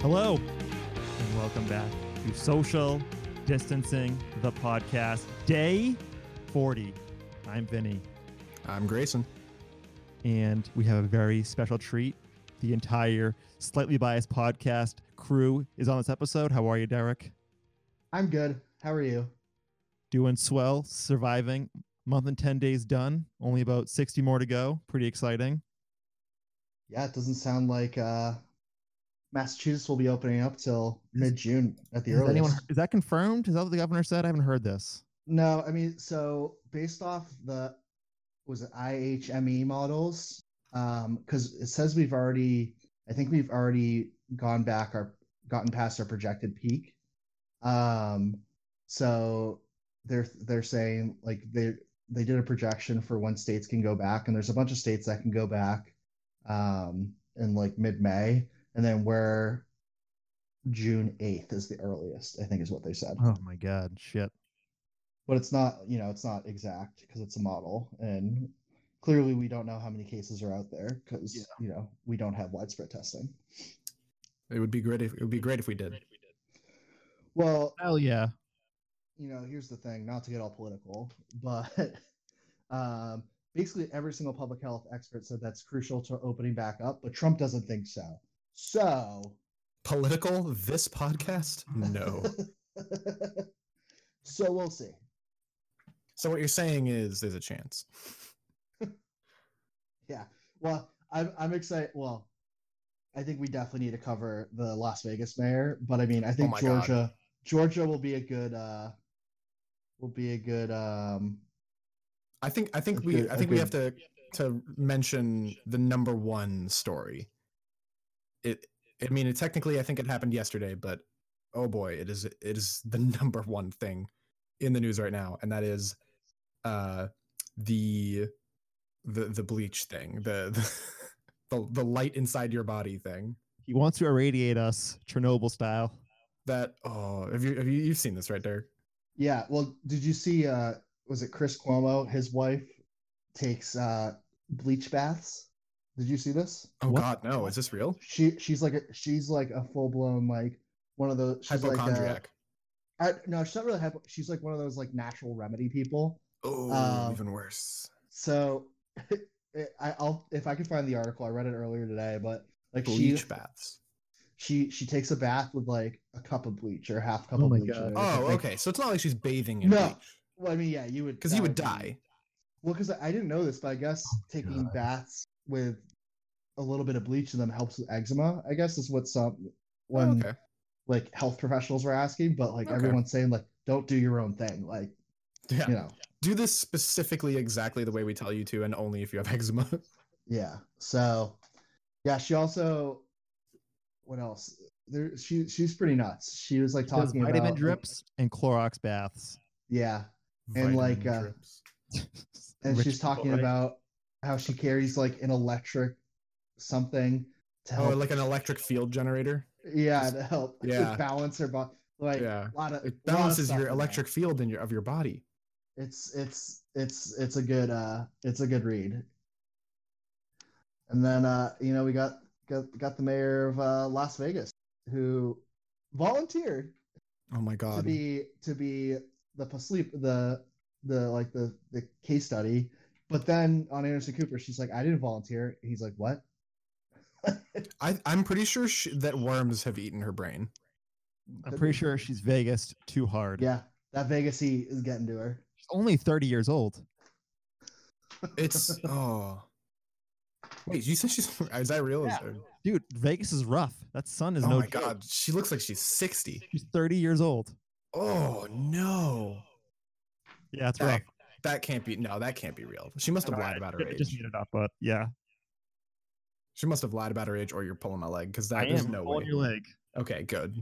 Hello, and welcome back to Social Distancing, the podcast, day 40. I'm Vinny, I'm Grayson. and we have a very special treat. The entire Slightly Biased podcast crew is on this episode. How are you, Derek? I'm good. How are you? Doing swell, surviving. Month and 10 days done, only about 60 more to go. Pretty exciting. Yeah, it doesn't sound like uh, Massachusetts will be opening up till mid June at the Has earliest. anyone, is that confirmed? Is that what the governor said? I haven't heard this. No, I mean, so based off the was it IHME E models, because it says we've already, I think we've already gone back our gotten past our projected peak. Um, so they're they're saying like they they did a projection for when states can go back, and there's a bunch of states that can go back, um, in like mid May, and then where June eighth is the earliest, I think is what they said Oh my God, shit. but it's not you know it's not exact because it's a model and clearly we don't know how many cases are out there because Yeah. you know we don't have widespread testing It would be great if it would be great if we did. well Hell yeah. you know here's the thing not to get all political but um, basically every single public health expert said that's crucial to opening back up but trump doesn't think so so Political this podcast? No. so we'll see so what you're saying is there's a chance. Well, I'm I'm excited. Well, I think we definitely need to cover the Las Vegas mayor, but I mean, I think Oh my God. Georgia Georgia will be a good uh will be a good um I think I think That's we good, I think we okay. have to to mention the number one story. It I mean it technically I think it happened yesterday, but oh boy, it is it is the number one thing in the news right now, and that is uh the the the bleach thing, the the the, the light inside your body thing. He wants to irradiate us, Chernobyl style. That oh have you have you you've seen this right there? yeah, well, did you see uh was it Chris Cuomo, his wife takes uh bleach baths? Did you see this? Oh What? god, no, is this real? She she's like a she's like a full-blown like one of those she's like a, Hypochondriac. I, no, she's not really hypo, she's like one of those like natural remedy people. oh um, even worse. So it- I, I'll if I can find the article, I read it earlier today, but like Bleach she baths. she she takes a bath with like a cup of bleach or half cup Oh of my bleach. God. or Oh, something. okay. So it's not like she's bathing in No. bleach Well, I mean, yeah, you would because you that would be- die. Well, because I, I didn't know this, but I guess taking Oh God. baths with a little bit of bleach in them helps with eczema. I guess is what some when Oh, okay. like health professionals were asking, but like Okay. everyone's saying like don't do your own thing, like Yeah. you know, Do this specifically exactly the way we tell you to, and only if you have eczema. Yeah. So, yeah, she also, what else? There, she she's pretty nuts. She was like He does talking vitamin about drips and Clorox baths. Yeah, And, like, Vitamin uh, drips. and Rich she's talking people, right? about how she carries like an electric something to oh, help. like an electric field generator. yeah, to help Yeah. balance her body. Like Yeah. a lot of It lot of balances stuff in your there. electric field in your of your body. It's it's it's it's a good uh it's a good read. And then uh you know we got got got the mayor of uh, Las Vegas who volunteered Oh my to god. be to be the sleep the the like the the case study but then on anderson cooper she's like i didn't volunteer and he's like what I I'm pretty sure sh that worms have eaten her brain. I'm pretty sure she's Vegas too hard. yeah that vegas heat is getting to her She's only 30 years old. It's oh. Wait, you said she's is that real? Is Yeah. there- Dude, Vegas is rough. That sun is oh no my joke. god, she looks like she's sixty. She's 30 years old. Oh no, Yeah, it's rough. that, that can't be no, that can't be real. She must have lied about her I age. just made it up, but yeah. She must have lied about her age, or you're pulling my leg because that is no way. your leg. Okay, good.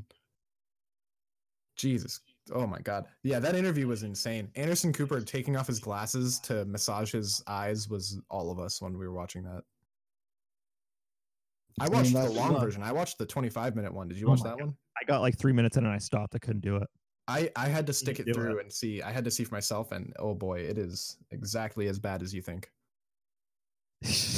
Jesus. Oh my God. Yeah, that interview was insane. Anderson Cooper taking off his glasses to massage his eyes was all of us when we were watching that. I mean, watched the that's long fun. version. I watched the 25 minute one. Did you Oh watch my that God. one? I got like three minutes in and I stopped. I couldn't do it. I, I had to stick didn't it do through and see. I had to see for myself, and oh boy, it is exactly as bad as you think.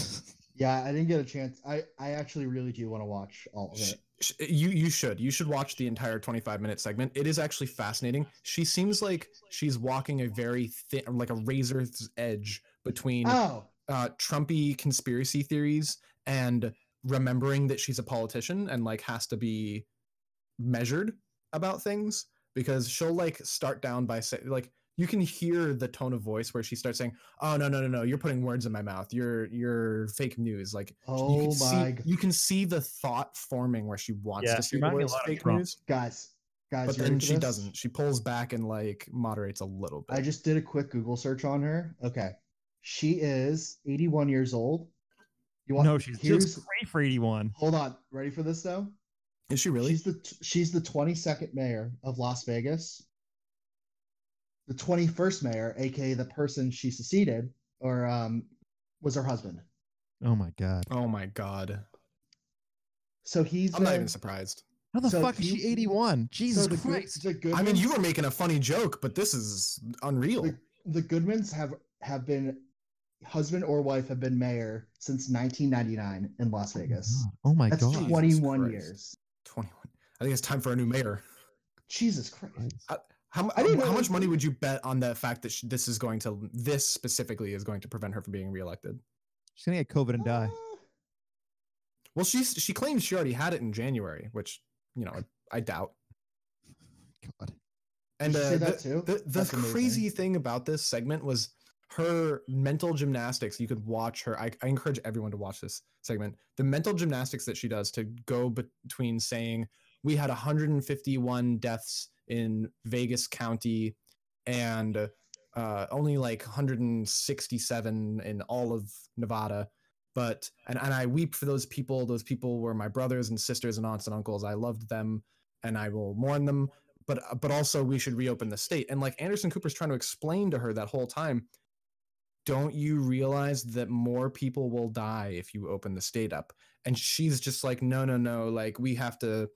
yeah i didn't get a chance i i actually really do want to watch all of Sh- it sh- you you should you should watch the entire 25 minute segment it is actually fascinating she seems like she's walking a very thin like a razor's edge between Oh, uh, trumpy conspiracy theories and remembering that she's a politician and like has to be measured about things because she'll like start down by saying like you can hear the tone of voice where she starts saying oh no no no no you're putting words in my mouth you're you're fake news like you oh can my see, g- you can see the thought forming where she wants Yeah, to she see the reminded me a words lot of fake Trump. news, guys, guys. but you ready then for she this? doesn't. She pulls back and like moderates a little bit. I just did a quick Google search on her. Okay, she is 81 years old. You want? no, she's here's- just great for 81. Hold on. Ready for this though? Is she really? She's the t- she's the 22nd mayor of Las Vegas. The 21st mayor, aka the person she succeeded, or um, was her husband. Oh my god. Oh my god! So he's I'm uh, not even surprised. How the So fuck is he- she 81? Jesus so the, Good- Christ. the I mean, Goodmans- you were making a funny joke, but this is unreal. the, the Goodmans have have been husband or wife have been mayor since 1999 in Las Vegas. Oh my That's god. Jesus 21 Christ. years. 21. I think it's time for a new mayor. Jesus Christ. How, mu- I didn't how know- much money would you bet on the fact that she, this is going to this specifically is going to prevent her from being reelected? She's gonna get COVID and die. Uh, Well, she she claims she already had it in January, which you know I, I doubt. Ah. God. And Did you uh, say the- that too? The the That's amazing. crazy thing about this segment was her mental gymnastics. You could watch her. I, I encourage everyone to watch this segment. The mental gymnastics that she does to go between saying we had 151 deaths in Vegas County and uh, only like 167 in all of Nevada. But and, and I weep for those people. Those people were my brothers and sisters and aunts and uncles. I loved them and I will mourn them but uh, but also we should reopen the state and like anderson cooper's trying to explain to her that whole time don't you realize that more people will die if you open the state up and she's just like no no no like we have to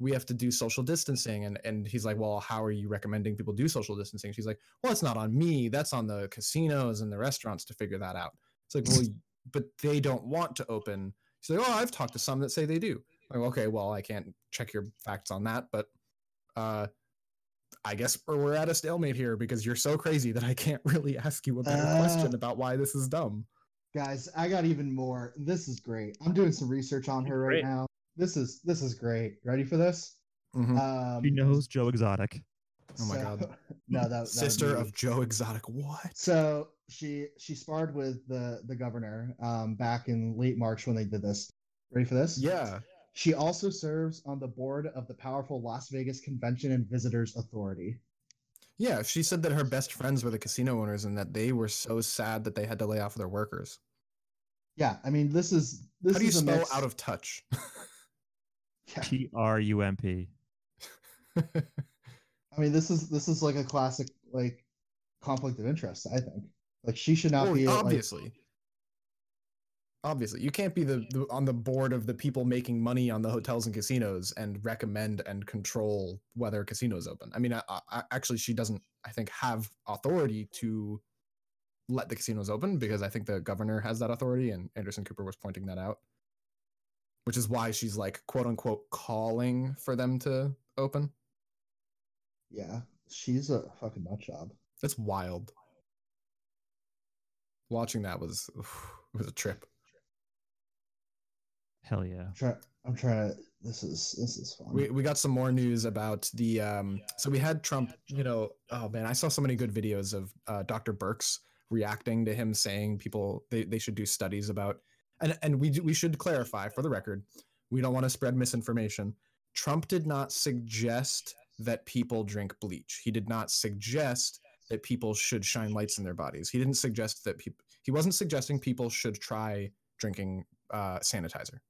we have to do social distancing and and he's like well how are you recommending people do social distancing she's like well it's not on me that's on the casinos and the restaurants to figure that out it's like well but they don't want to open she's like oh i've talked to some that say they do like okay well i can't check your facts on that but uh I guess we're, we're at a stalemate here because you're so crazy that I can't really ask you a better Uh, question about why this is dumb. guys, I got even more. This is great. I'm doing some research on her right Great. now. This is this is great. Ready for this? Mhm. Um, She knows Joe Exotic. Oh my God. No, that, that would Sister be- of Joe Exotic. What? So she she sparred with the the governor um, back in late March when they did this. Ready for this? Yeah. She also serves on the board of the powerful Las Vegas Convention and Visitors Authority. Yeah. She said that her best friends were the casino owners and that they were so sad that they had to lay off their workers. Yeah, I mean this is this How do you is a spell mix- out of touch? Yeah, T R U M P. I mean this is this is like a classic like conflict of interest. I think like she should not Well, be like, Oh, obviously. Obviously, you can't be the, the on the board of the people making money on the hotels and casinos and recommend and control whether casinos open. I mean, I, I, I- actually, she doesn't. I think have authority to let the casinos open because I think the governor has that authority, and Anderson Cooper was pointing that out, which is why she's like quote unquote calling for them to open. yeah, she's a fucking nut job. That's wild. Watching that was it was a trip. Hell yeah. I'm trying. I'm trying to. This is this is fun. we, we got some more news about the um so we had trump you know oh man i saw so many good videos of uh, dr burks reacting to him saying people they, they should do studies about and and we do- we should clarify for the record we don't want to spread misinformation trump did not suggest that people drink bleach he did not suggest that people should shine lights in their bodies he didn't suggest that people he wasn't suggesting people should try drinking uh, sanitizer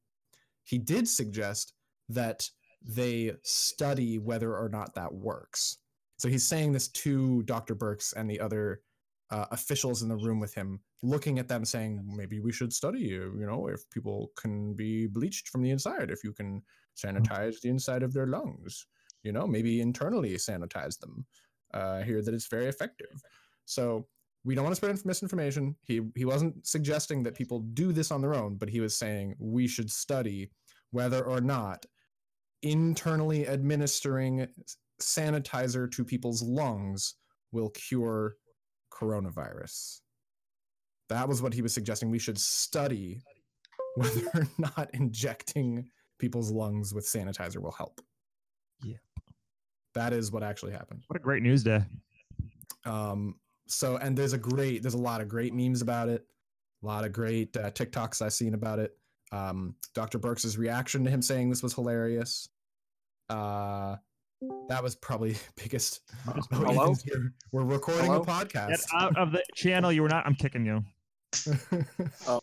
he did suggest that they study whether or not that works. So he's saying this to Dr. Burks and the other uh, officials in the room with him, looking at them saying, maybe we should study, you you know, if people can be bleached from the inside, if you can sanitize the inside of their lungs, you know, maybe internally sanitize them. Uh, I hear that it's very effective. So we don't want to spread inf- misinformation. He, he wasn't suggesting that people do this on their own, but he was saying we should study whether or not internally administering sanitizer to people's lungs will cure coronavirus. That was what he was suggesting. We should study whether or not injecting people's lungs with sanitizer will help. Yep. That is what actually happened. What a great news day. Um, so, and there's a great, there's a lot of great memes about it, a lot of great uh, TikToks I've seen about it. Um, Dr. Burks's reaction to him saying this was hilarious. Uh, that was probably biggest. Oh, Hello? Ethan's here. We're recording Hello? a podcast. Get out of the channel. You were not. I'm kicking you.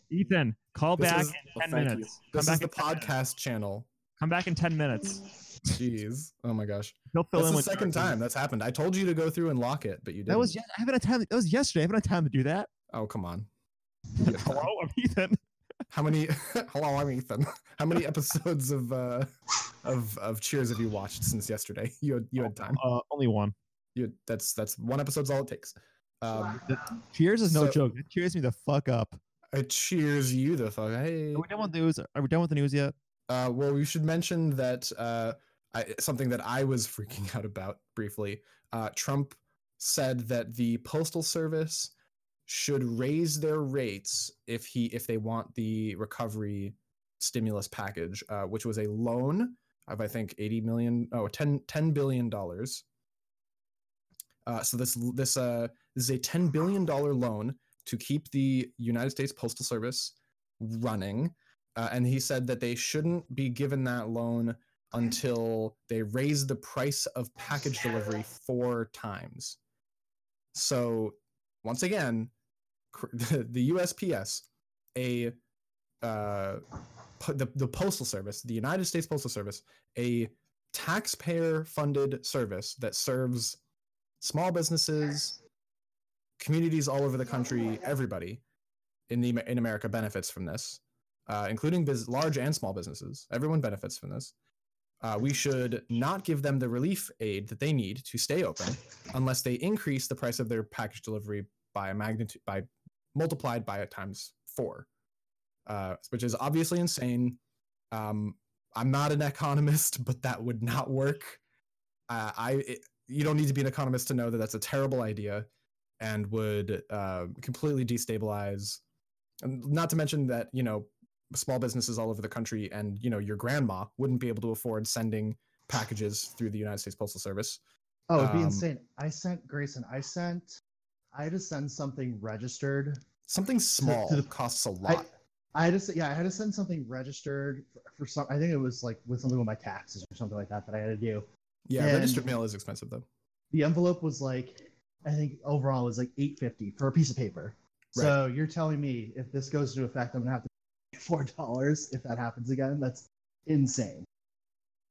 Ethan, call This back is- in thank 10 you. minutes. Come this is back the in 10 minutes. podcast channel. Come back in 10 minutes. Jeez. Oh my gosh. He'll fill That's in the with second Darcy. time that's happened. I told you to go through and lock it, but you didn't. That was yes- I haven't had time. That was yesterday. I haven't had time to do that. oh, come on. Hello, I'm Ethan. How many? Hello, I'm Ethan. How many episodes of uh, of of Cheers have you watched since yesterday? You had, you had time. Uh, only one. You had- that's that's one episode's all it takes. Um, Cheers is no So- joke. It cheers me the fuck up. I uh, cheers you the fuck. Hey. Are we done with news? Are we done with the news yet? Uh, well, we should mention that uh, I, something that I was freaking out about briefly. Uh, Trump said that the postal service should raise their rates if he if they want the recovery stimulus package, uh, which was a loan of I think 80 million, oh 10 10 billion dollars. Uh, so this this uh, this is a 10 billion dollar loan to keep the United States Postal Service running uh, and he said that they shouldn't be given that loan until they raise the price of package delivery four times. So, once again, cr- the, the USPS, a uh, po- the the postal service, the United States Postal Service, a taxpayer-funded service that serves small businesses, communities all over the country. Everybody in the in America benefits from this uh, including bus- large and small businesses. Everyone benefits from this. Uh, we should not give them the relief aid that they need to stay open unless they increase the price of their package delivery by a magnitude by multiplied by a times four, uh, which is obviously insane. Um, I'm not an economist, but that would not work. Uh, I it, you don't need to be an economist to know that that's a terrible idea, and would uh, completely destabilize. And not to mention that you know small businesses all over the country and you know your grandma wouldn't be able to afford sending packages through the united states postal service Oh, it'd be Um, insane. I sent Grayson. I sent. I had to send something registered. something small the- costs a I, lot I had to say, yeah, I had to send something registered for, for some. I think it was like with something with my taxes or something like that that I had to do. yeah and- registered mail is expensive though The envelope was like, I think overall was like eight fifty for a piece of paper. So you're telling me if this goes into effect, I'm gonna have to pay four dollars if that happens again. That's insane.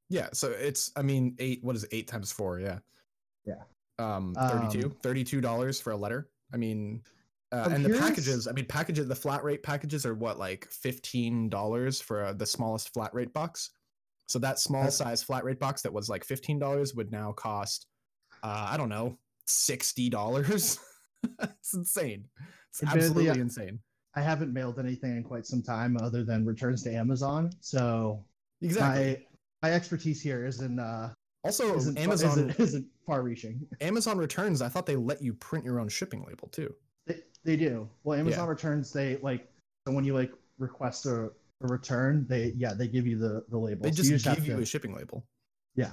yeah so it's i mean eight what is it, eight times four yeah Yeah. um Um, 32 32 dollars for a letter i mean uh, I'm and curious- the packages i mean packages the flat rate packages are what like 15 dollars for uh, the smallest flat rate box so that small That's- size flat rate box that was like 15 dollars would now cost uh, i don't know 60 dollars it's insane it's Admittedly, absolutely I- insane I haven't mailed anything in quite some time other than returns to Amazon. So exactly my my expertise here isn't uh also isn't amazon isn't, isn't far reaching. amazon returns i thought they let you print your own shipping label too They, they do. Well, Amazon returns they like so when you like request a, a return, they yeah they give you the the label. They So just, have give you to- a shipping label. Yeah.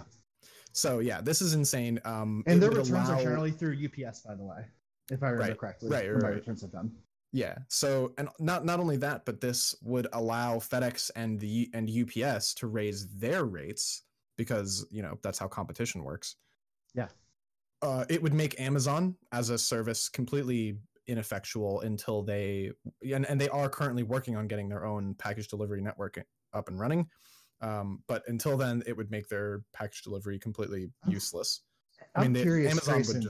So yeah, this is insane. Um, it and their would returns are allow- generally through UPS, by the way, if I remember Right. correctly. Right, when right, my right. returns have done. yeah. So and not not only that, but this would allow FedEx and the and UPS to raise their rates because you know that's how competition works. Yeah. Uh, it would make Amazon as a service completely ineffectual until they and, and they are currently working on getting their own package delivery network up and running. Um, but until then, it would make their package delivery completely Oh. useless. I I'm mean, they- curious, Amazon would Grayson,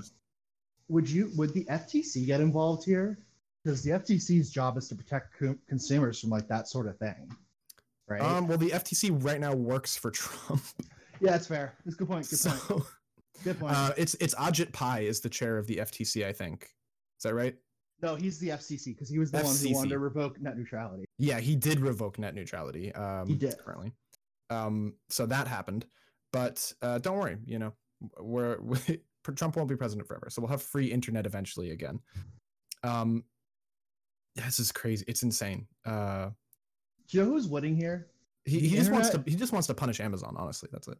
would, just- you would the FTC get involved here? Because the FTC's job is to protect co- consumers from like that sort of thing, right? Um, well, the FTC right now works for Trump. yeah, that's fair. That's a good point. Good point. So Good point. uh, it's it's Ajit Pai is the chair of the FTC, I think. Is that right? no, he's the FCC because he was the one who FCC. wanted to revoke net neutrality. Yeah, he did revoke net neutrality. Um, He did. apparently. Um, so that happened, but uh, don't worry, you know, we're, we Trump won't be president forever, so we'll have free internet eventually again. Um, this is crazy. It's insane. Uh, Do you know who's winning here? he, The he just wants to internet- he just wants to punish Amazon. Honestly, that's it.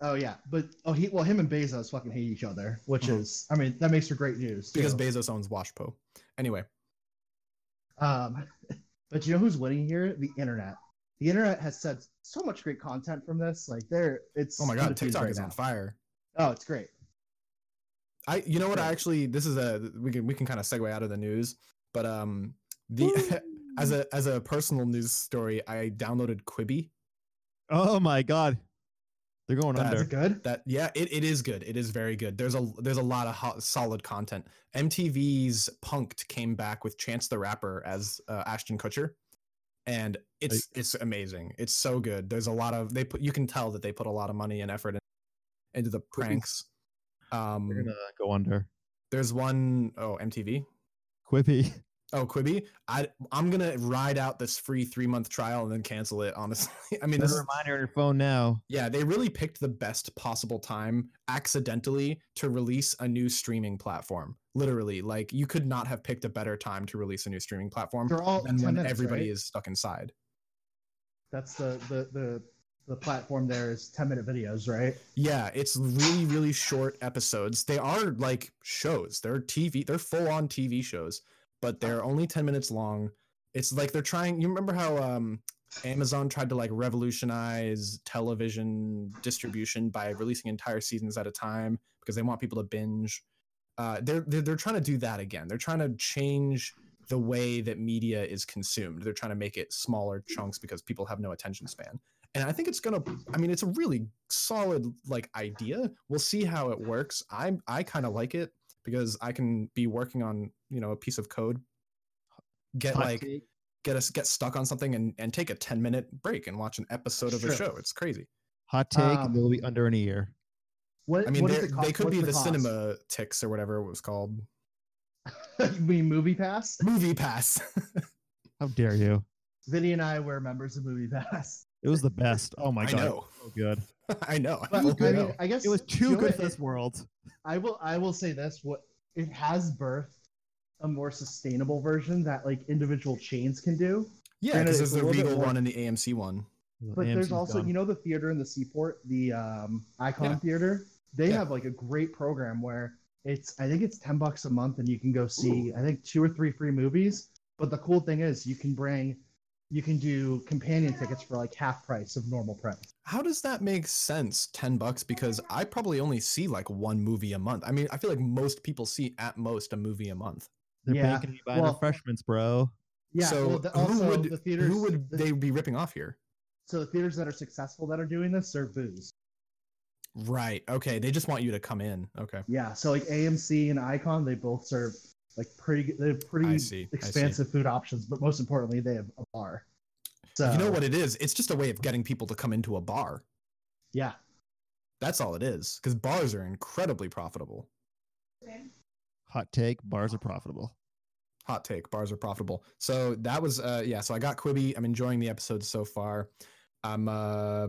Oh yeah, but oh he well him and Bezos fucking hate each other, which Mhm. is I mean that makes for great news too. Because Bezos owns Washpo. Anyway, Um, but you know who's winning here? The internet. The internet has said so much great content from this. Like there, it's oh my God, undefeated TikTok right is on now. fire. Oh, it's great. I you know what I Right. actually this is a we can we can kind of segue out of the news, but um the as a as a personal news story, I downloaded Quibi. Oh my god, they're going That's Is under. it good? That yeah, it, it is good. It is very good. There's a there's a lot of hot, solid content. MTV's Punked came back with Chance the Rapper as uh, Ashton Kutcher, and it's it's amazing. It's so good. There's a lot of they put you can tell that they put a lot of money and effort in, into the pranks. Um, They're gonna go under. there's one oh MTV. Quippy. Oh, Quibi. I I'm gonna ride out this free three month trial and then cancel it. Honestly, I mean, Put this a is, reminder on your phone now. yeah, they really picked the best possible time accidentally to release a new streaming platform. Literally, like you could not have picked a better time to release a new streaming platform They're all than 10 when minutes, everybody right? is stuck inside. That's the the the the platform. There is ten minute videos, right? Yeah, it's really really short episodes. They are like shows. They're TV. They're full on TV shows, but they're only ten minutes long. It's like they're trying. You remember how um, Amazon tried to like revolutionize television distribution by releasing entire seasons at a time because they want people to binge. Uh, they're, they're they're trying to do that again. They're trying to change the way that media is consumed. They're trying to make it smaller chunks because people have no attention span. And I think it's gonna. I mean, it's a really solid like idea. We'll see how it works. I I kind of like it because I can be working on you know a piece of code, get Hot like take. get us get stuck on something and and take a ten minute break and watch an episode That's of a true. show. It's crazy. Hot take. Um, they'll be under in a year. What I mean, what they does it cost? they could What's be the, cost? cinema ticks or whatever it was called. you mean Movie Pass? Movie Pass. Oh How dare you? Vinny and I were members of Movie Pass. It was the best. Oh my I god. know. So good. I know. I But, I fucking mean, know. I guess It was you too know good what? for this world. I will I will say this what it has birthed a more sustainable version that like individual chains can do. Yeah, granted, because it's there's a the little bit Regal more- one and the AMC one. But there's also you know the theater in the seaport, the um, Icon Yeah. Theater. They Yeah. have like a great program where it's I think it's ten bucks a month and you can go see I think two or three free movies. But the cool thing is you can bring you can do companion tickets for like half price of normal price. How does that make sense? Ten bucks because I probably only see like one movie a month. I mean, I feel like most people see at most a movie a month. they're yeah, banking you buying well- refreshments, bro. Yeah. so well, the- who also would the theaters who would the- they be ripping off here? so the theaters that are successful that are doing this serve booze. Right. Okay. They just want you to come in. Okay. Yeah, so like AMC and Icon, they both serve like pretty they have pretty I see, I see. expansive food options, but most importantly, they have a bar. So you know what it is? It's just a way of getting people to come into a bar. Yeah, That's all it is. Because bars are incredibly profitable. Hot take. Bars are profitable. Hot take. Bars are profitable. So that was uh yeah. So I got Quibi. I'm enjoying the episodes so far. I'm uh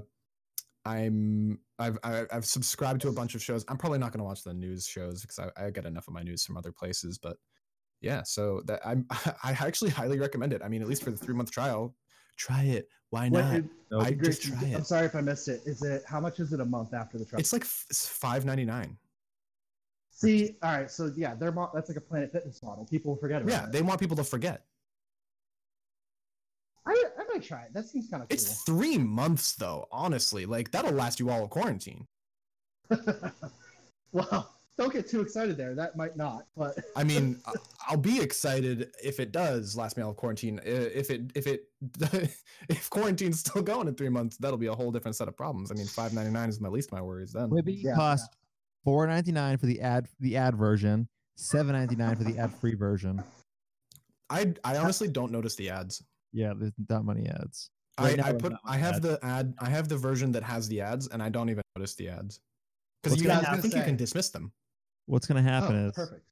I'm I've I- I've subscribed to a bunch of shows. I'm probably not going to watch the news shows because I, I get enough of my news from other places. But yeah, so that I'm I actually highly recommend it. I mean, at least for the three month trial, try it. Why What not? is- No, I Great, just try I'm it. sorry if I missed it. Is it how much is it a month after the trial? It's like f- it's five ninety nine. See, all right, so yeah, their mo- that's like a Planet Fitness model. People forget about Yeah, it. they want people to forget. I, I might try it. That seems kind of It's three months though. Honestly, like that'll last you all of quarantine. cool. well, don't get too excited there. That might not, but I mean, I- I'll be excited if it does last me all of quarantine. I- If it if it if quarantine's still going in three months, that'll be a whole different set of problems. I mean, five ninety nine is my least of my worries then. Quibi Yeah. cost four ninety nine for the ad the ad version, seven ninety nine for the ad free version. I I honestly don't notice the ads. Yeah, there's not many ads. Right I, now, I I'm put not on I have ads. the ad I have the version that has the ads, and I don't even notice the ads because What's you gonna can, I happen- think you can say? dismiss them. What's gonna happen oh, is perfect.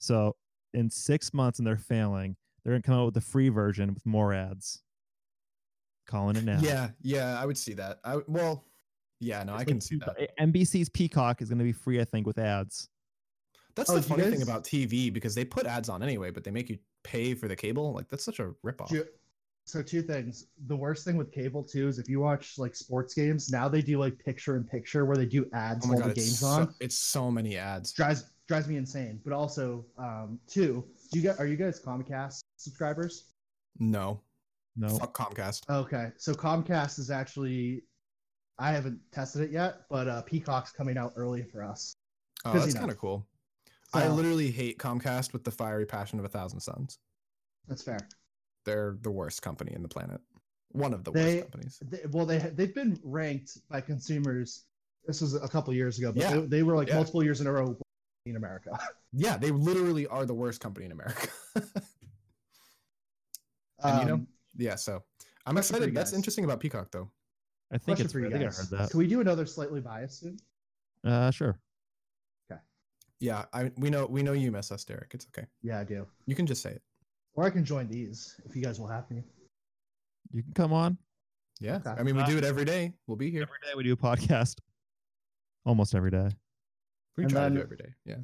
so in six months and they're failing, they're gonna come out with the free version with more ads. Calling it now. Yeah, yeah, I would see that. I well, yeah, no, I can Like, see that. NBC's Peacock is going to be free, I think, with ads. That's Oh, the do you funny thing guys- about TV because they put ads on anyway, but they make you pay for the cable. Like that's such a ripoff. Ju- So two things. The worst thing with cable too is if you watch like sports games, now they do like picture in picture where they do ads oh my while god, the it's game's so, on. it's so many ads. Drives drives me insane. But also, um, two, do you guys are you guys Comcast subscribers? No, No. fuck Comcast. Okay, so Comcast is actually, I haven't tested it yet, but uh, Peacock's coming out early for us. Oh, Busy that's now. kind of cool. I So- literally hate Comcast with the fiery passion of a thousand suns. That's fair. They're the worst company in the planet. One of the They- worst companies. They, well, they they've been ranked by consumers. This was a couple years ago, but Yeah. they, they were like Yeah. multiple years in a row in America. Yeah, they literally are the worst company in America. Um, And you know, yeah, so I'm question for excited. you That's guys. interesting about Peacock though. I think question it's for free. you I think I guys: heard that. Can we do another slightly biased soon? Uh, sure. Yeah, I we know we know you miss us, Derek. It's okay. Yeah, I do. You can just say it. Or I can join these if you guys will have me. You can come on. Yeah. Okay. I mean we do it every day. We'll be here. Every day we do a podcast. Almost every day. We And try to do then- every day. Yeah.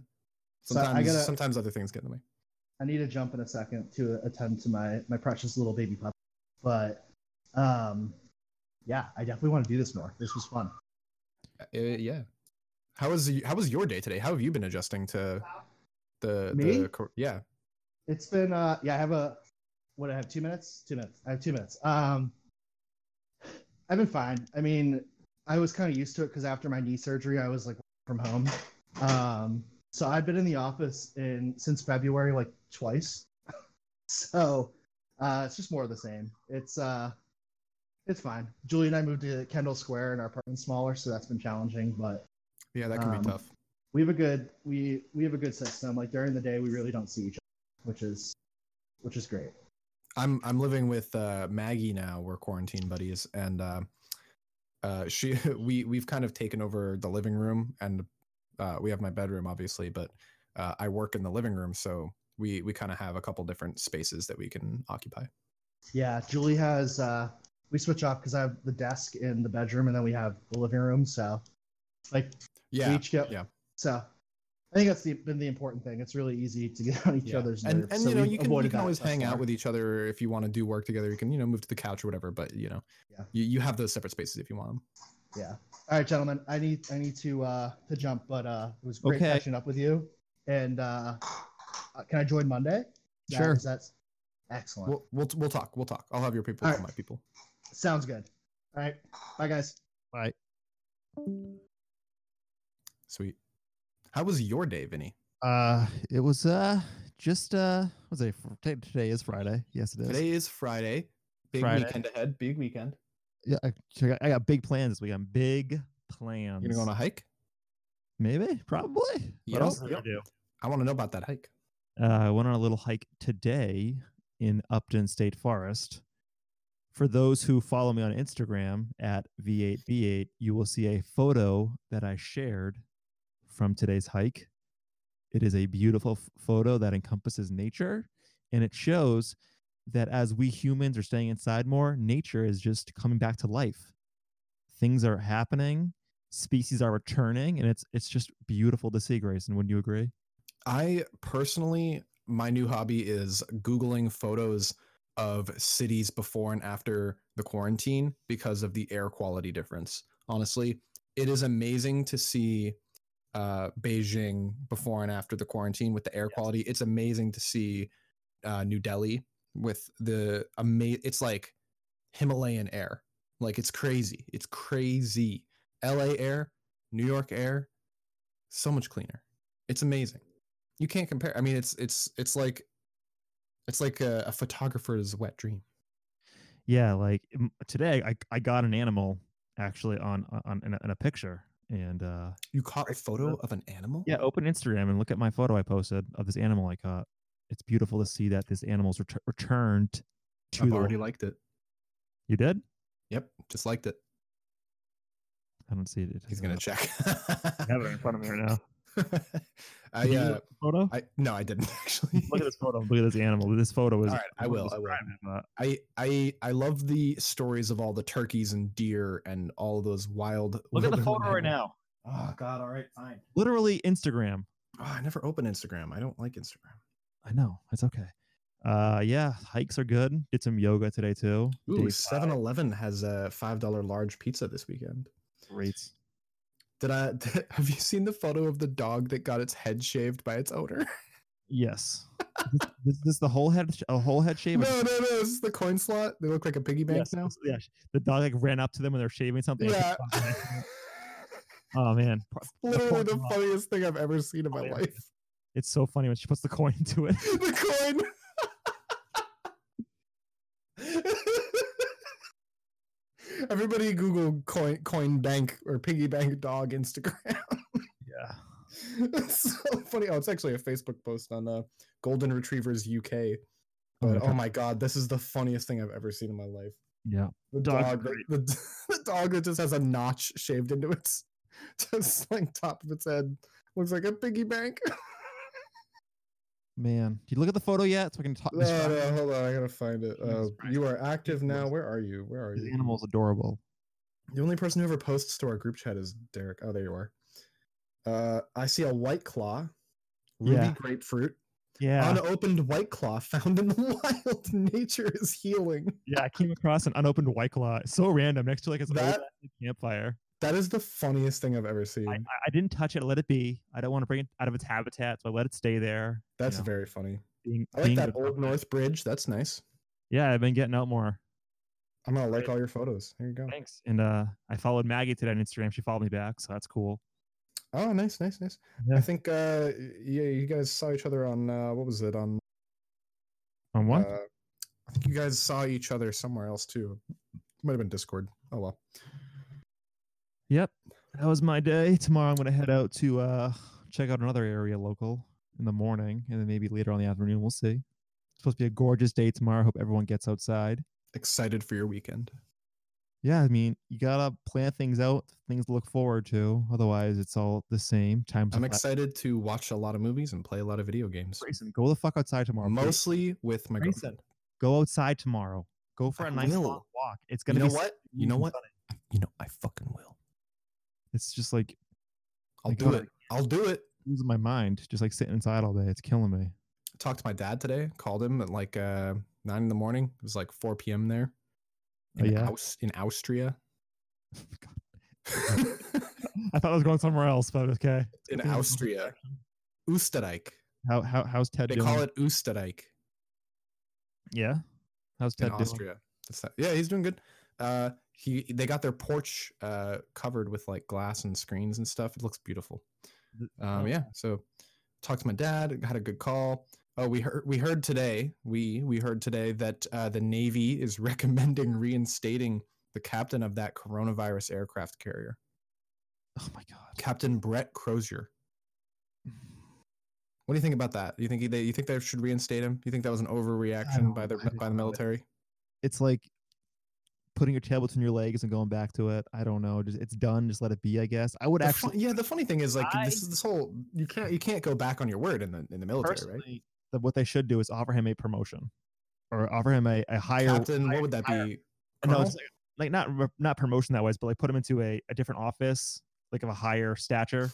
So I Sometimes gotta- sometimes other things get in the way. I need to jump in a second to attend to my my precious little baby pup. But um, yeah, I definitely want to do this more. This was fun. Uh, yeah. How was y- how was your day today? How have you been adjusting to the, Me? the cor- yeah. It's been uh yeah, I have a what I have two minutes? Two minutes. I have two minutes. Um I've been fine. I mean, I was kind of used to it because after my knee surgery I was like from home. Um so I've been in the office in since February like twice. so uh it's just more of the same. It's uh it's fine. Julie and I moved to Kendall Square and our apartment's smaller, so that's been challenging, but Yeah, that can Um, be tough. we have a good we we have a good system. Like during the day, we really don't see each other, which is which is great. I'm I'm living with uh, Maggie now. We're quarantine buddies, and uh, uh, she we we've kind of taken over the living room, and uh, we have my bedroom obviously, but uh, I work in the living room, so we we kind of have a couple different spaces that we can occupy. Yeah, Julie has uh we switch off because I have the desk in the bedroom and then we have the living room. So like we Yeah, each get yeah. So I think that's the, been the important thing. It's really easy to get on each yeah. other's and nerves. and so you know we've you can, you avoided can that always thus hang out far. with each other if you want to do work together. You can you know move to the couch or whatever, but you know Yeah. you you have those separate spaces if you want them. Yeah. All right, gentlemen. I need I need to uh to jump, but uh it was great Okay. catching up with you. And uh uh, can I join Monday? That- Sure. is that- excellent. We'll we'll we'll talk. We'll talk. I'll have your people. All call right. my people. Sounds good. All right. Bye, guys. Bye. Sweet. How was your day, Vinny? Uh, it was uh just uh was it fr- today, today is Friday. Yes, it is. Today is Friday. Big Friday. weekend ahead. Big weekend. yeah, I, I got- I got big plans this weekend. Big plans. You're gonna go on a hike. Maybe, probably. Yep, What else did I yep. do? I want to know about that hike. Uh, I went on a little hike today in Upton State Forest. For those who follow me on Instagram at V8B8, you will see a photo that I shared from today's hike. It is a beautiful f- photo that encompasses nature and it shows that as we humans are staying inside more, nature is just coming back to life. Things are happening, species are returning, and it's it's just beautiful to see, Grayson. Wouldn't you agree? I personally, my new hobby is googling photos of cities before and after the quarantine because of the air quality difference. Honestly, it is amazing to see uh, Beijing before and after the quarantine with the air quality. It's amazing to see uh, New Delhi with the amazing. It's like Himalayan air. Like it's crazy. It's crazy. LA air, New York air, so much cleaner. It's amazing. You can't compare. I mean, it's it's it's like it's like a, a photographer's wet dream. yeah like m- today i i got an animal actually on on- on in a, in a picture and uh You caught a Right, photo so- of an animal? yeah open instagram and look at my photo i posted of this animal i caught it's beautiful to see that this animal's ret- returned to I've the already wild. liked it. you did Yep, just liked it. i don't see it, it He's doesn't gonna have- check. I have it in front of me right now Did I you look uh, at the photo? I no, I didn't actually. look at this photo. Look at this animal. This photo is. All right, I will, I will. describing that. I I I love the stories of all the turkeys and deer and all those wild. Look at the wilderness photo right animals. now. Oh God! All right, fine. Literally Instagram. Oh, I never open Instagram. I don't like Instagram. I know it's okay. Uh, yeah, hikes are good. Did some yoga today too. Ooh, Day 7 Eleven has a five dollar large pizza this weekend. great. Did I have you seen the photo of the dog that got its head shaved by its owner? Yes. this, this, this the whole head, sh- a whole head shave. No, or no, just- no. This is the coin slot. They look like a piggy bank yes, now. this- yeah, sh- The dog like ran up to them when they're shaving something. and Yeah. just bumped into them. Oh man, Pro- Literally the dog. funniest thing I've ever seen in my Oh, yeah. life. it's so funny when she puts the coin into it. the coin. Everybody Google coin coin bank or piggy bank dog Instagram. Yeah. it's so funny. Oh, it's actually a Facebook post on uh, Golden Retrievers UK. But oh my god, this is the funniest thing I've ever seen in my life. Yeah. The Dogs dog, are that, the, the dog that just has a notch shaved into its just like top of its head looks like a piggy bank. Man, do you look at the photo yet? So I can talk. No, no, hold on. I gotta find it. Let me Uh, just find you are active now. animals. Where are you? Where are This you? animal's adorable. The only person who ever posts to our group chat is Derek. Oh, there you are. Uh, I see a white claw, ruby Yeah. grapefruit, Yeah. unopened white claw found in the wild. Nature is healing. Yeah, I came across an unopened white claw. So random next to like his old That- rusty campfire. That is the funniest thing I've ever seen. I, I, I didn't touch it. I let it be. I don't want to bring it out of its habitat, so I let it stay there. That's yeah. very funny. Being, I like being that good old about North Bridge. That's nice. Yeah, I've been getting out more. I'm gonna like Right. all your photos. There you go. Thanks. And uh, I followed Maggie today on Instagram. She followed me back, so that's cool. Oh, nice, nice, nice. Yeah. I think uh, y- yeah, you guys saw each other on uh, what was it on On what? Uh, I think you guys saw each other somewhere else too. Might have been Discord. Oh well. yep. That was my day. Tomorrow I'm gonna head out to uh, check out another area local in the morning, and then maybe later on in the afternoon we'll see. It's supposed to be a gorgeous day tomorrow. Hope everyone gets outside. Excited for your weekend. Yeah, I mean, you gotta plan things out, things to look forward to. Otherwise, it's all the same. Times. I'm of- excited to watch a lot of movies and play a lot of video games. Grayson, go the fuck outside tomorrow. please. Mostly with my Grayson, girlfriend. Go outside tomorrow. Go for I a nice long will. walk. It's You gonna know be. what? You know and what? You know I fucking will. It's just like I'll Like, do uh, it. I'll do it. losing my mind, just like sitting inside all day. It's killing me. Talked to my dad today. Called him at like uh, nine in the morning. It was like 4 p.m. there. Oh, In yeah? Aus- in Austria. God. I thought I was going somewhere else, but okay. in Good thing I was- Austria. Österreich. How, how how's Ted They doing? call it Österreich. yeah. How's in Ted doing? Austria. That's not, yeah, he's doing good. Uh, he they got their porch uh, covered with like glass and screens and stuff. It looks beautiful. Th- Um, yeah. So talked to my dad. Had a good call. Oh, we heard we heard today. We we heard today that uh, the Navy is recommending reinstating the captain of that coronavirus aircraft carrier, Oh my god. Captain Brett Crozier. What do you think about that? Do you think he- they you think they should reinstate him? You think that was an overreaction by the don't- I by the don't- military? It's like putting your tail between your legs and going back to it. I don't know. Just it's done. Just let it be. I guess. I would The actually. fun- yeah, the funny thing is like I- this this whole you can't you can't go back on your word in the in the military, right? personally, that what they should do is offer him a promotion or offer him a, a higher Captain, what higher- would that higher- be? no, colonel? it's like, like not re- not promotion that was, but like put him into a, a different office, like of a higher stature.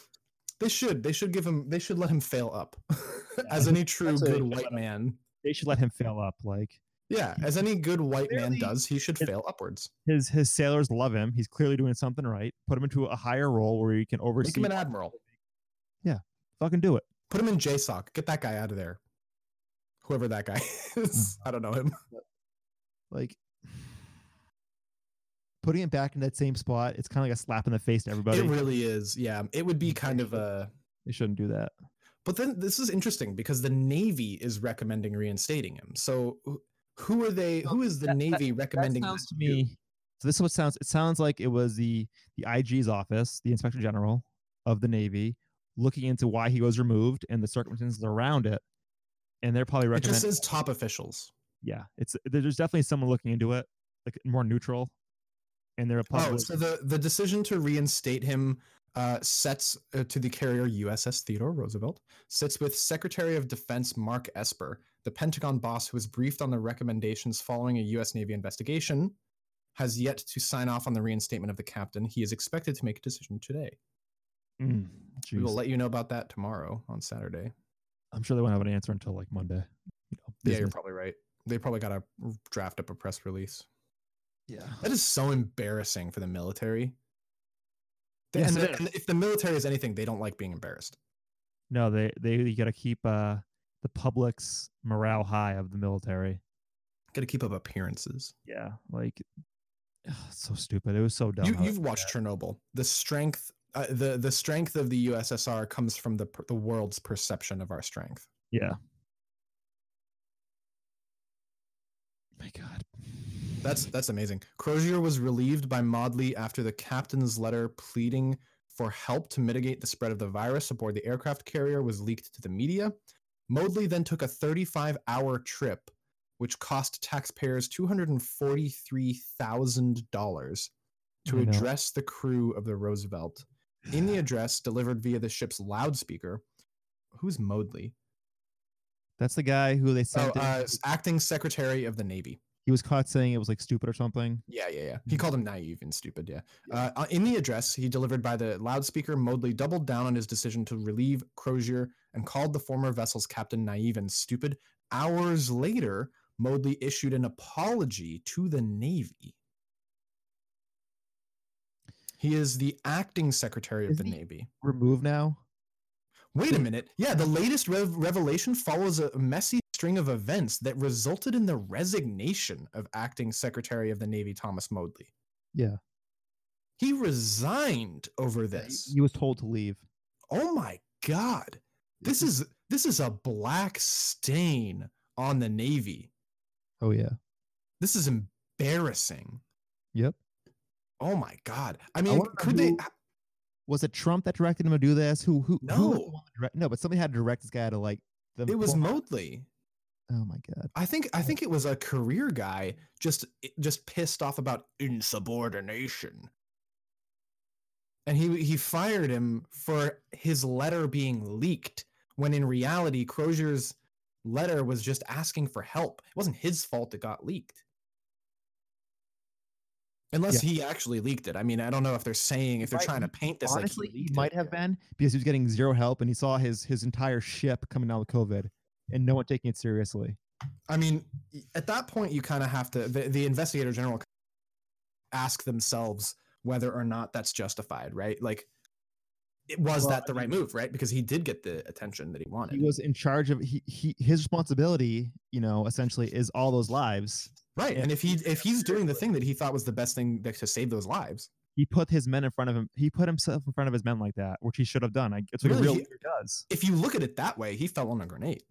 They should they should give him they should let him fail up, as any true that's what they good should white let him- man. They should let him fail up. Like Yeah, as any good white man Clearly, does, he should it- fail upwards. his his sailors love him. He's clearly doing something right. Put him into a higher role where he can Make oversee. him an admiral. Fucking do it. Put him in JSOC. Get that guy out of there. Whoever that guy is, Hmm. I don't know him. Like putting him back in that same spot. It's kind of like a slap in the face to everybody. It really is. Yeah, it would be kind of a. they shouldn't do that. But then this is interesting because the Navy is recommending reinstating him. So wh- who are they? Who is the that- that- Navy recommending? that sounds to do? me. So this is what sounds. It sounds like it was the the IG's office, the Inspector General of the Navy, looking into why he was removed and the circumstances around it, and they're probably It just recommending. says top officials. yeah, it's there's definitely someone looking into it, like more neutral, and they're probably Oh, so the the decision to reinstate him uh, sets uh, to the carrier USS Theodore Roosevelt, sits with Secretary of Defense Mark Esper, the Pentagon boss who was briefed on the recommendations following a U.S. Navy investigation, has yet to sign off on the reinstatement of the captain. He is expected to make a decision today. Mm, We will jeez. let you know about that tomorrow on Saturday. I'm sure they won't have an answer until like Monday. You know, Yeah, you're business. probably right. They probably got to draft up a press release. yeah. That is so embarrassing for the military. They- Yes, it and the- is. and if the military is anything, they don't like being embarrassed. No, they they you got to keep uh the public's morale high of the military. Got to keep up appearances. Yeah, like so stupid. It was so dumb. You, how they you've did watched Chernobyl. The strength, uh, the the strength of the USSR comes from the per- the world's perception of our strength. that. Yeah. My God. That's that's amazing. Crozier was relieved by Maudley after the captain's letter pleading for help to mitigate the spread of the virus aboard the aircraft carrier was leaked to the media. Maudley then took a 35-hour trip, which cost taxpayers $243,000 to I know. address the crew of the Roosevelt. In the address delivered via the ship's loudspeaker, who's Maudley? That's the guy who they Oh, sent. in- uh, acting secretary of the Navy. he was caught saying it was like stupid or something. Yeah, yeah, yeah. He called him naive and stupid. Yeah. Uh, uh, in the address he delivered by the loudspeaker, Modley doubled down on his decision to relieve Crozier and called the former vessel's captain naive and stupid. Hours later, Modley issued an apology to the Navy. He is the acting secretary of Is the he- Navy. Removed now. Wait a minute. Yeah, the latest rev- revelation follows a messy string of events that resulted in the resignation of acting secretary of the Navy Thomas Modley. Yeah. He resigned over Yeah, he- this. He, was told to leave. Oh my god. This is this is a black stain on the Navy. Oh yeah. This is embarrassing. Yep. Oh my god. I mean, wonder could they who- Was it Trump that directed him to do this? Who who? who was the No. one that direct- no, but somebody had to direct this guy to like. The it was former- Modley. Oh my God. I think I think it was a career guy just just pissed off about insubordination. And he he fired him for his letter being leaked when in reality Crozier's letter was just asking for help. It wasn't his fault it got leaked. Unless he actually leaked it. I mean, I don't know if they're saying if they're Right, trying he- to paint this like he honestly he leaked might it. have been because he was getting zero help and he saw his his entire ship coming down with covid and no one taking it seriously I mean, at that point, you kind of have to. The, the investigator general ask themselves whether or not that's justified, right? Like, it was Well, that I the right move, right? Because he did get the attention that he wanted, he was in charge of he, he his responsibility you know essentially is all those lives right? And if he if he's doing the thing that he thought was the best thing that, to save those lives, he put his men in front of him he put himself in front of his men like that which he should have done I, it's what a Really, real he- leader does if you look at it that way, he fell on a grenade.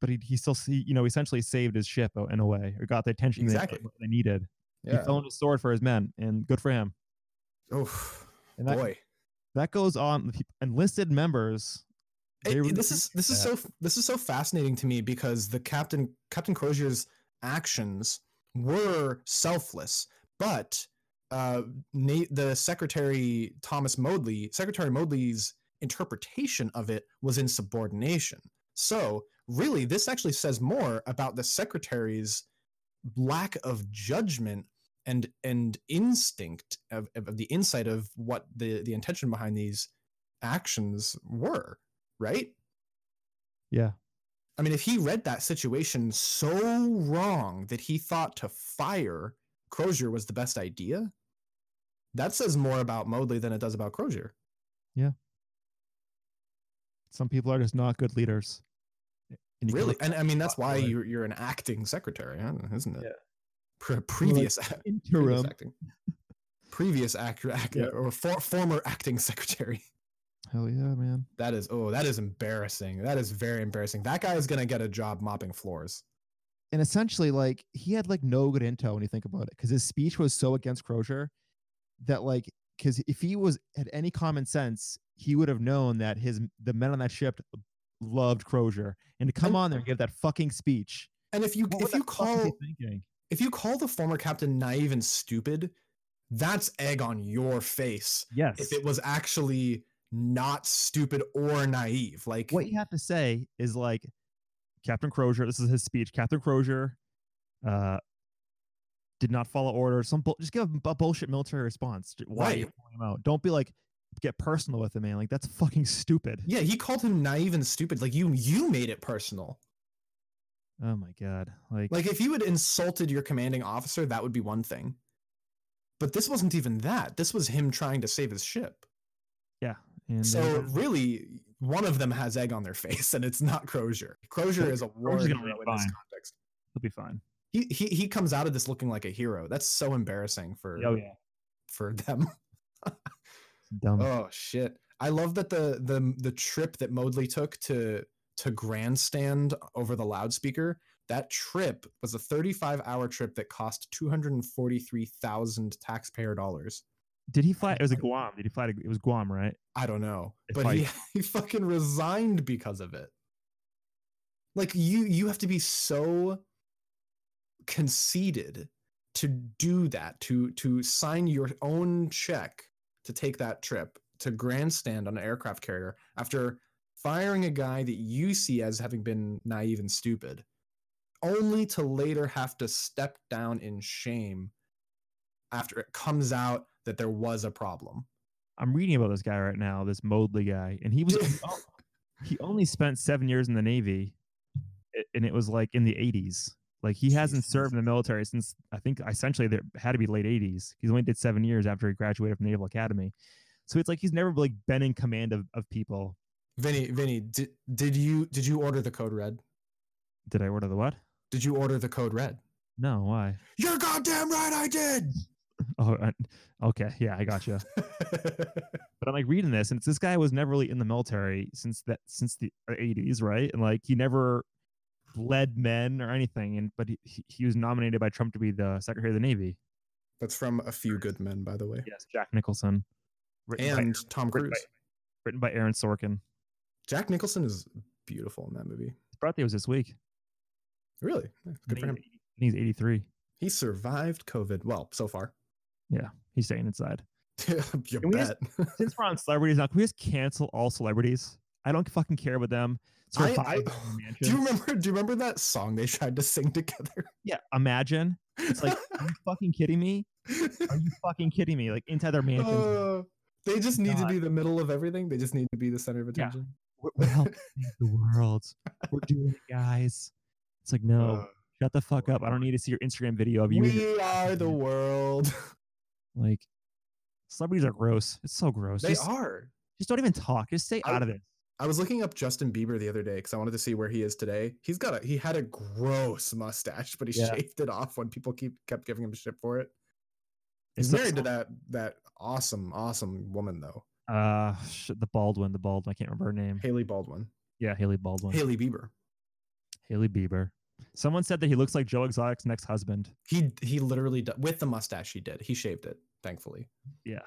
but he, he still see you know essentially saved his ship o- in a way or got the attention they- Exactly. they, needed he fell on his sword for his men and good for him Oh and that, boy, that goes on the peop- enlisted members It- they it- really this is appreciate this that. is so f- this is so fascinating to me because the captain Captain Crozier's actions were selfless, but uh, Na- the secretary Thomas Modley, Secretary Modley's interpretation of it was insubordination. So really, this actually says more about the secretary's lack of judgment and and instinct of, of of the insight of what the the intention behind these actions were right? yeah I mean, if he read that situation so wrong that he thought to fire Crozier was the best idea, that says more about Modley than it does about Crozier. some people are just not good leaders. And you can Really? look And I mean, that's lot why more. you're, you're an acting secretary, huh, isn't it? Yeah. Pre- previous, ac- previous interim. acting. Previous actor, act, Yeah. or for, former acting secretary. Hell yeah, man. That is, oh, that is embarrassing. That is very embarrassing. That guy is going to get a job mopping floors. And essentially, like he had like no good intel when you think about it, because his speech was so against Crozier that like, because if he was had any common sense, he would have known that his the men on that ship loved Crozier, and to come And- on there and give that fucking speech. And if you what if the you fuck was he call thinking? if you call the former captain naive and stupid, that's egg on your face Yes. if it was actually not stupid or naive. Like, what you have to say is like Captain Crozier. This is his speech. Captain Crozier uh, did not follow orders. Some bull just give him a bullshit military response. J- Why are you Right. pulling him out? Don't be like get personal with him, man. Like that's fucking stupid. yeah, he called him naive and stupid. Like, you you made it personal. Oh my god. Like, Like, if you had insulted your commanding officer, that would be one thing. But this wasn't even that. This was him trying to save his ship. yeah. And so uh, really, one of them has egg on their face, and it's not Crozier. Crozier is a war Crozier's hero gonna in this be fine. context. he'll be fine. He, he he comes out of this looking like a hero. That's so embarrassing for Oh yeah. for them. Dumb. Oh shit! I love that the the the trip that Modley took to to grandstand over the loudspeaker. That trip was a 35 hour trip that cost 243,000 taxpayer dollars. Did he fly? It was a Guam. Did he fly? To, it was Guam, right? I don't know, If but he, he fucking resigned because of it. Like you, you have to be so conceited to do that, to to sign your own check to take that trip to grandstand on an aircraft carrier after firing a guy that you see as having been naive and stupid, only to later have to step down in shame after it comes out that there was a problem. I'm reading about this guy right now, this Modley guy, and he was he only spent seven years in the Navy, a- and it was like in the 80s. Like he hasn't Jesus. served in the military since I think essentially there had to be late 80s. He's only did seven years after he graduated from the Naval Academy, so it's like he's never like been in command of, of people. Vinny, Vinny, did, did you did you order the code red? Did I order the what? Did you order the code red? No, why? You're goddamn right, I did. Oh, I- okay, yeah, I gotcha. but I'm like reading this, and it's this guy was never really in the military since that since the 80s, right? And like he never led men or anything, and but he, he- he was nominated by Trump to be the Secretary of the Navy. That's from A Few Good Men, by the way, Yes, Jack Nicholson. Written by- and Tom Great Cruise. fight. written by Aaron Sorkin. Jack Nicholson is beautiful in that movie. His birthday was this week. Really, Yeah, good for I him. think he's 80 I think he's 83. He survived COVID. Well, so far. He's staying inside. you Can we just- bet. Since we're on celebrities now, can we just cancel all celebrities? I don't fucking care about them. I- Survive I- in do mansions. you remember? Do you remember that song they tried to sing together? Yeah, imagine. It's like, are you fucking kidding me? Are you fucking kidding me? Like inside their mansions. Uh, they just need to God. be the middle of everything. They just need to be the center of Yeah. attention. we're, we're helping save the world. We're doing it, guys. It's like, no, Uh, shut the fuck up. I don't need to see your Instagram video of you. and your- we are the world. like, celebrities are gross. It's so gross. They just, are. just don't even talk. Just stay I- out of it. I was looking up Justin Bieber the other day because I wanted to see where he is today. He's got a he had a gross mustache, but he Yeah. shaved it off when people keep kept giving him shit for it. It's He's so- married to that that awesome awesome woman though, Uh, shit, the Baldwin, the Baldwin. I can't remember her name. Haley Baldwin, yeah, Haley Baldwin. Haley. Haley Bieber. Bieber. Someone said that he looks like Joe Exotic's next husband. He he literally d- with the mustache he did he shaved it thankfully. Yeah.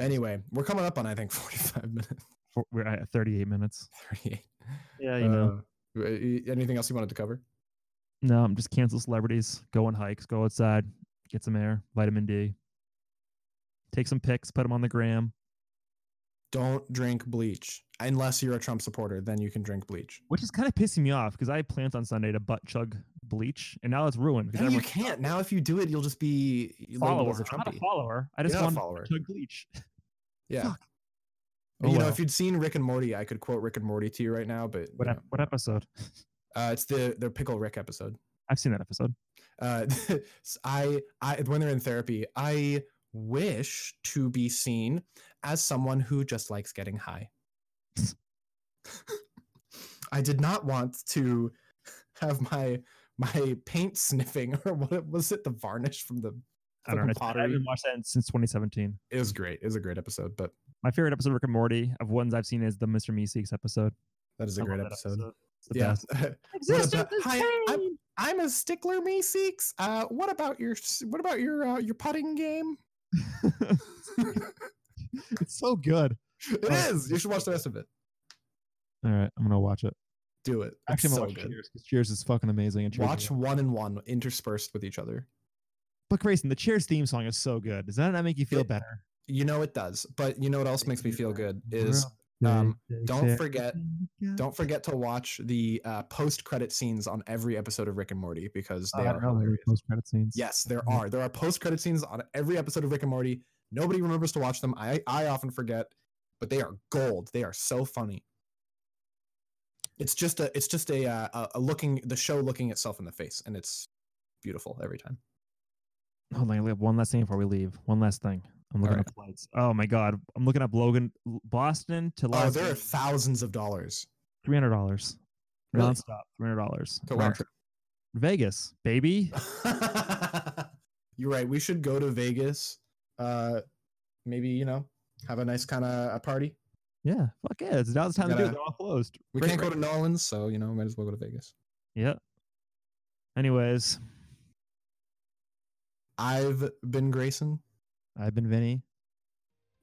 Anyway, we're coming up on I think forty five minutes For, we're at 38 minutes. thirty eight. Yeah, you know. Uh, y- anything else you wanted to cover? No, I'm just cancel celebrities. Go on hikes. Go outside. Get some air. Vitamin D. Take some pics. Put them on the gram. Don't drink bleach unless you're a Trump supporter. Then you can drink bleach. which is kind of pissing me off because I had plans on Sunday to butt chug bleach, and now it's ruined because No, you everyone can't. Now, if you do it, you'll just be labeled follower. as a I'm not a Trumpy. follower. I just not a want follower. to chug bleach. Yeah. Fuck. You Oh, know, well. if you'd seen Rick and Morty, I could quote Rick and Morty to you right now, but you What, ep- know. what episode? uh, it's the the pickle Rick episode. I've seen that episode. Uh, s- I I when they're in therapy, I wish to be seen as someone who just likes getting high. I did not want to have my my paint sniffing or what was it the varnish from the I don't know. Fucking I pottery. haven't watched that in- since 2017. it was great it was a great episode but My favorite episode of Rick and Morty of ones I've seen is the Mr. Meeseeks episode. that is a I love great that episode, It's the yeah best. Existence is Hi, I'm- I'm a stickler, me seeks. Uh, what about your s- what about your uh, your putting game? it's so good. It is. Oh. You should watch the rest of it. All right, I'm gonna watch it. Do it. It's Actually, I'm so gonna watch good. Cheers because Cheers is fucking amazing. And Cheers is- Watch one and one interspersed with each other. But Grayson, the Chairs theme song is so good. Does that not make you feel It- better? You know it does. But you know what else makes me feel good is um, don't forget- don't forget to watch the uh, post credit scenes on every episode of Rick and Morty because Oh, they are hilarious. post credit scenes. Yes, there Yeah. are. There are post credit scenes on every episode of Rick and Morty. Nobody remembers to watch them. I, I often forget, but they are gold. They are so funny. It's just a it's just a uh, a- a looking the show looking itself in the face, and it's beautiful every time. Hold on, I have one last thing before we leave. One last thing. I'm looking right. up flights. Oh my god, I'm looking up Logan, Boston to Oh, Las there are thousands of dollars. three hundred dollars. Really? Nonstop, three hundred dollars. To where? Vegas, baby. You're right. We should go to Vegas. Uh, maybe you know have a nice kind of a party. Yeah, fuck yeah, it's now's the time to do it. Gotta- They're all closed. We Great can't go rate. to New Orleans, so you know might as well go to Vegas. Yeah. Anyways, I've been Grayson. I've been Vinny,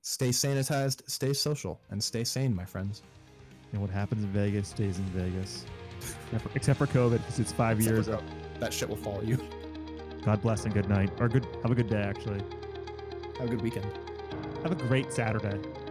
Stay sanitized, stay social, and stay sane, my friends. and what happens in Vegas stays in Vegas, except for, except for COVID, because it's five Except years. for COVID. That shit will follow you. God bless and good night, or good. Have a good day, actually. Have a good weekend. Have a great Saturday.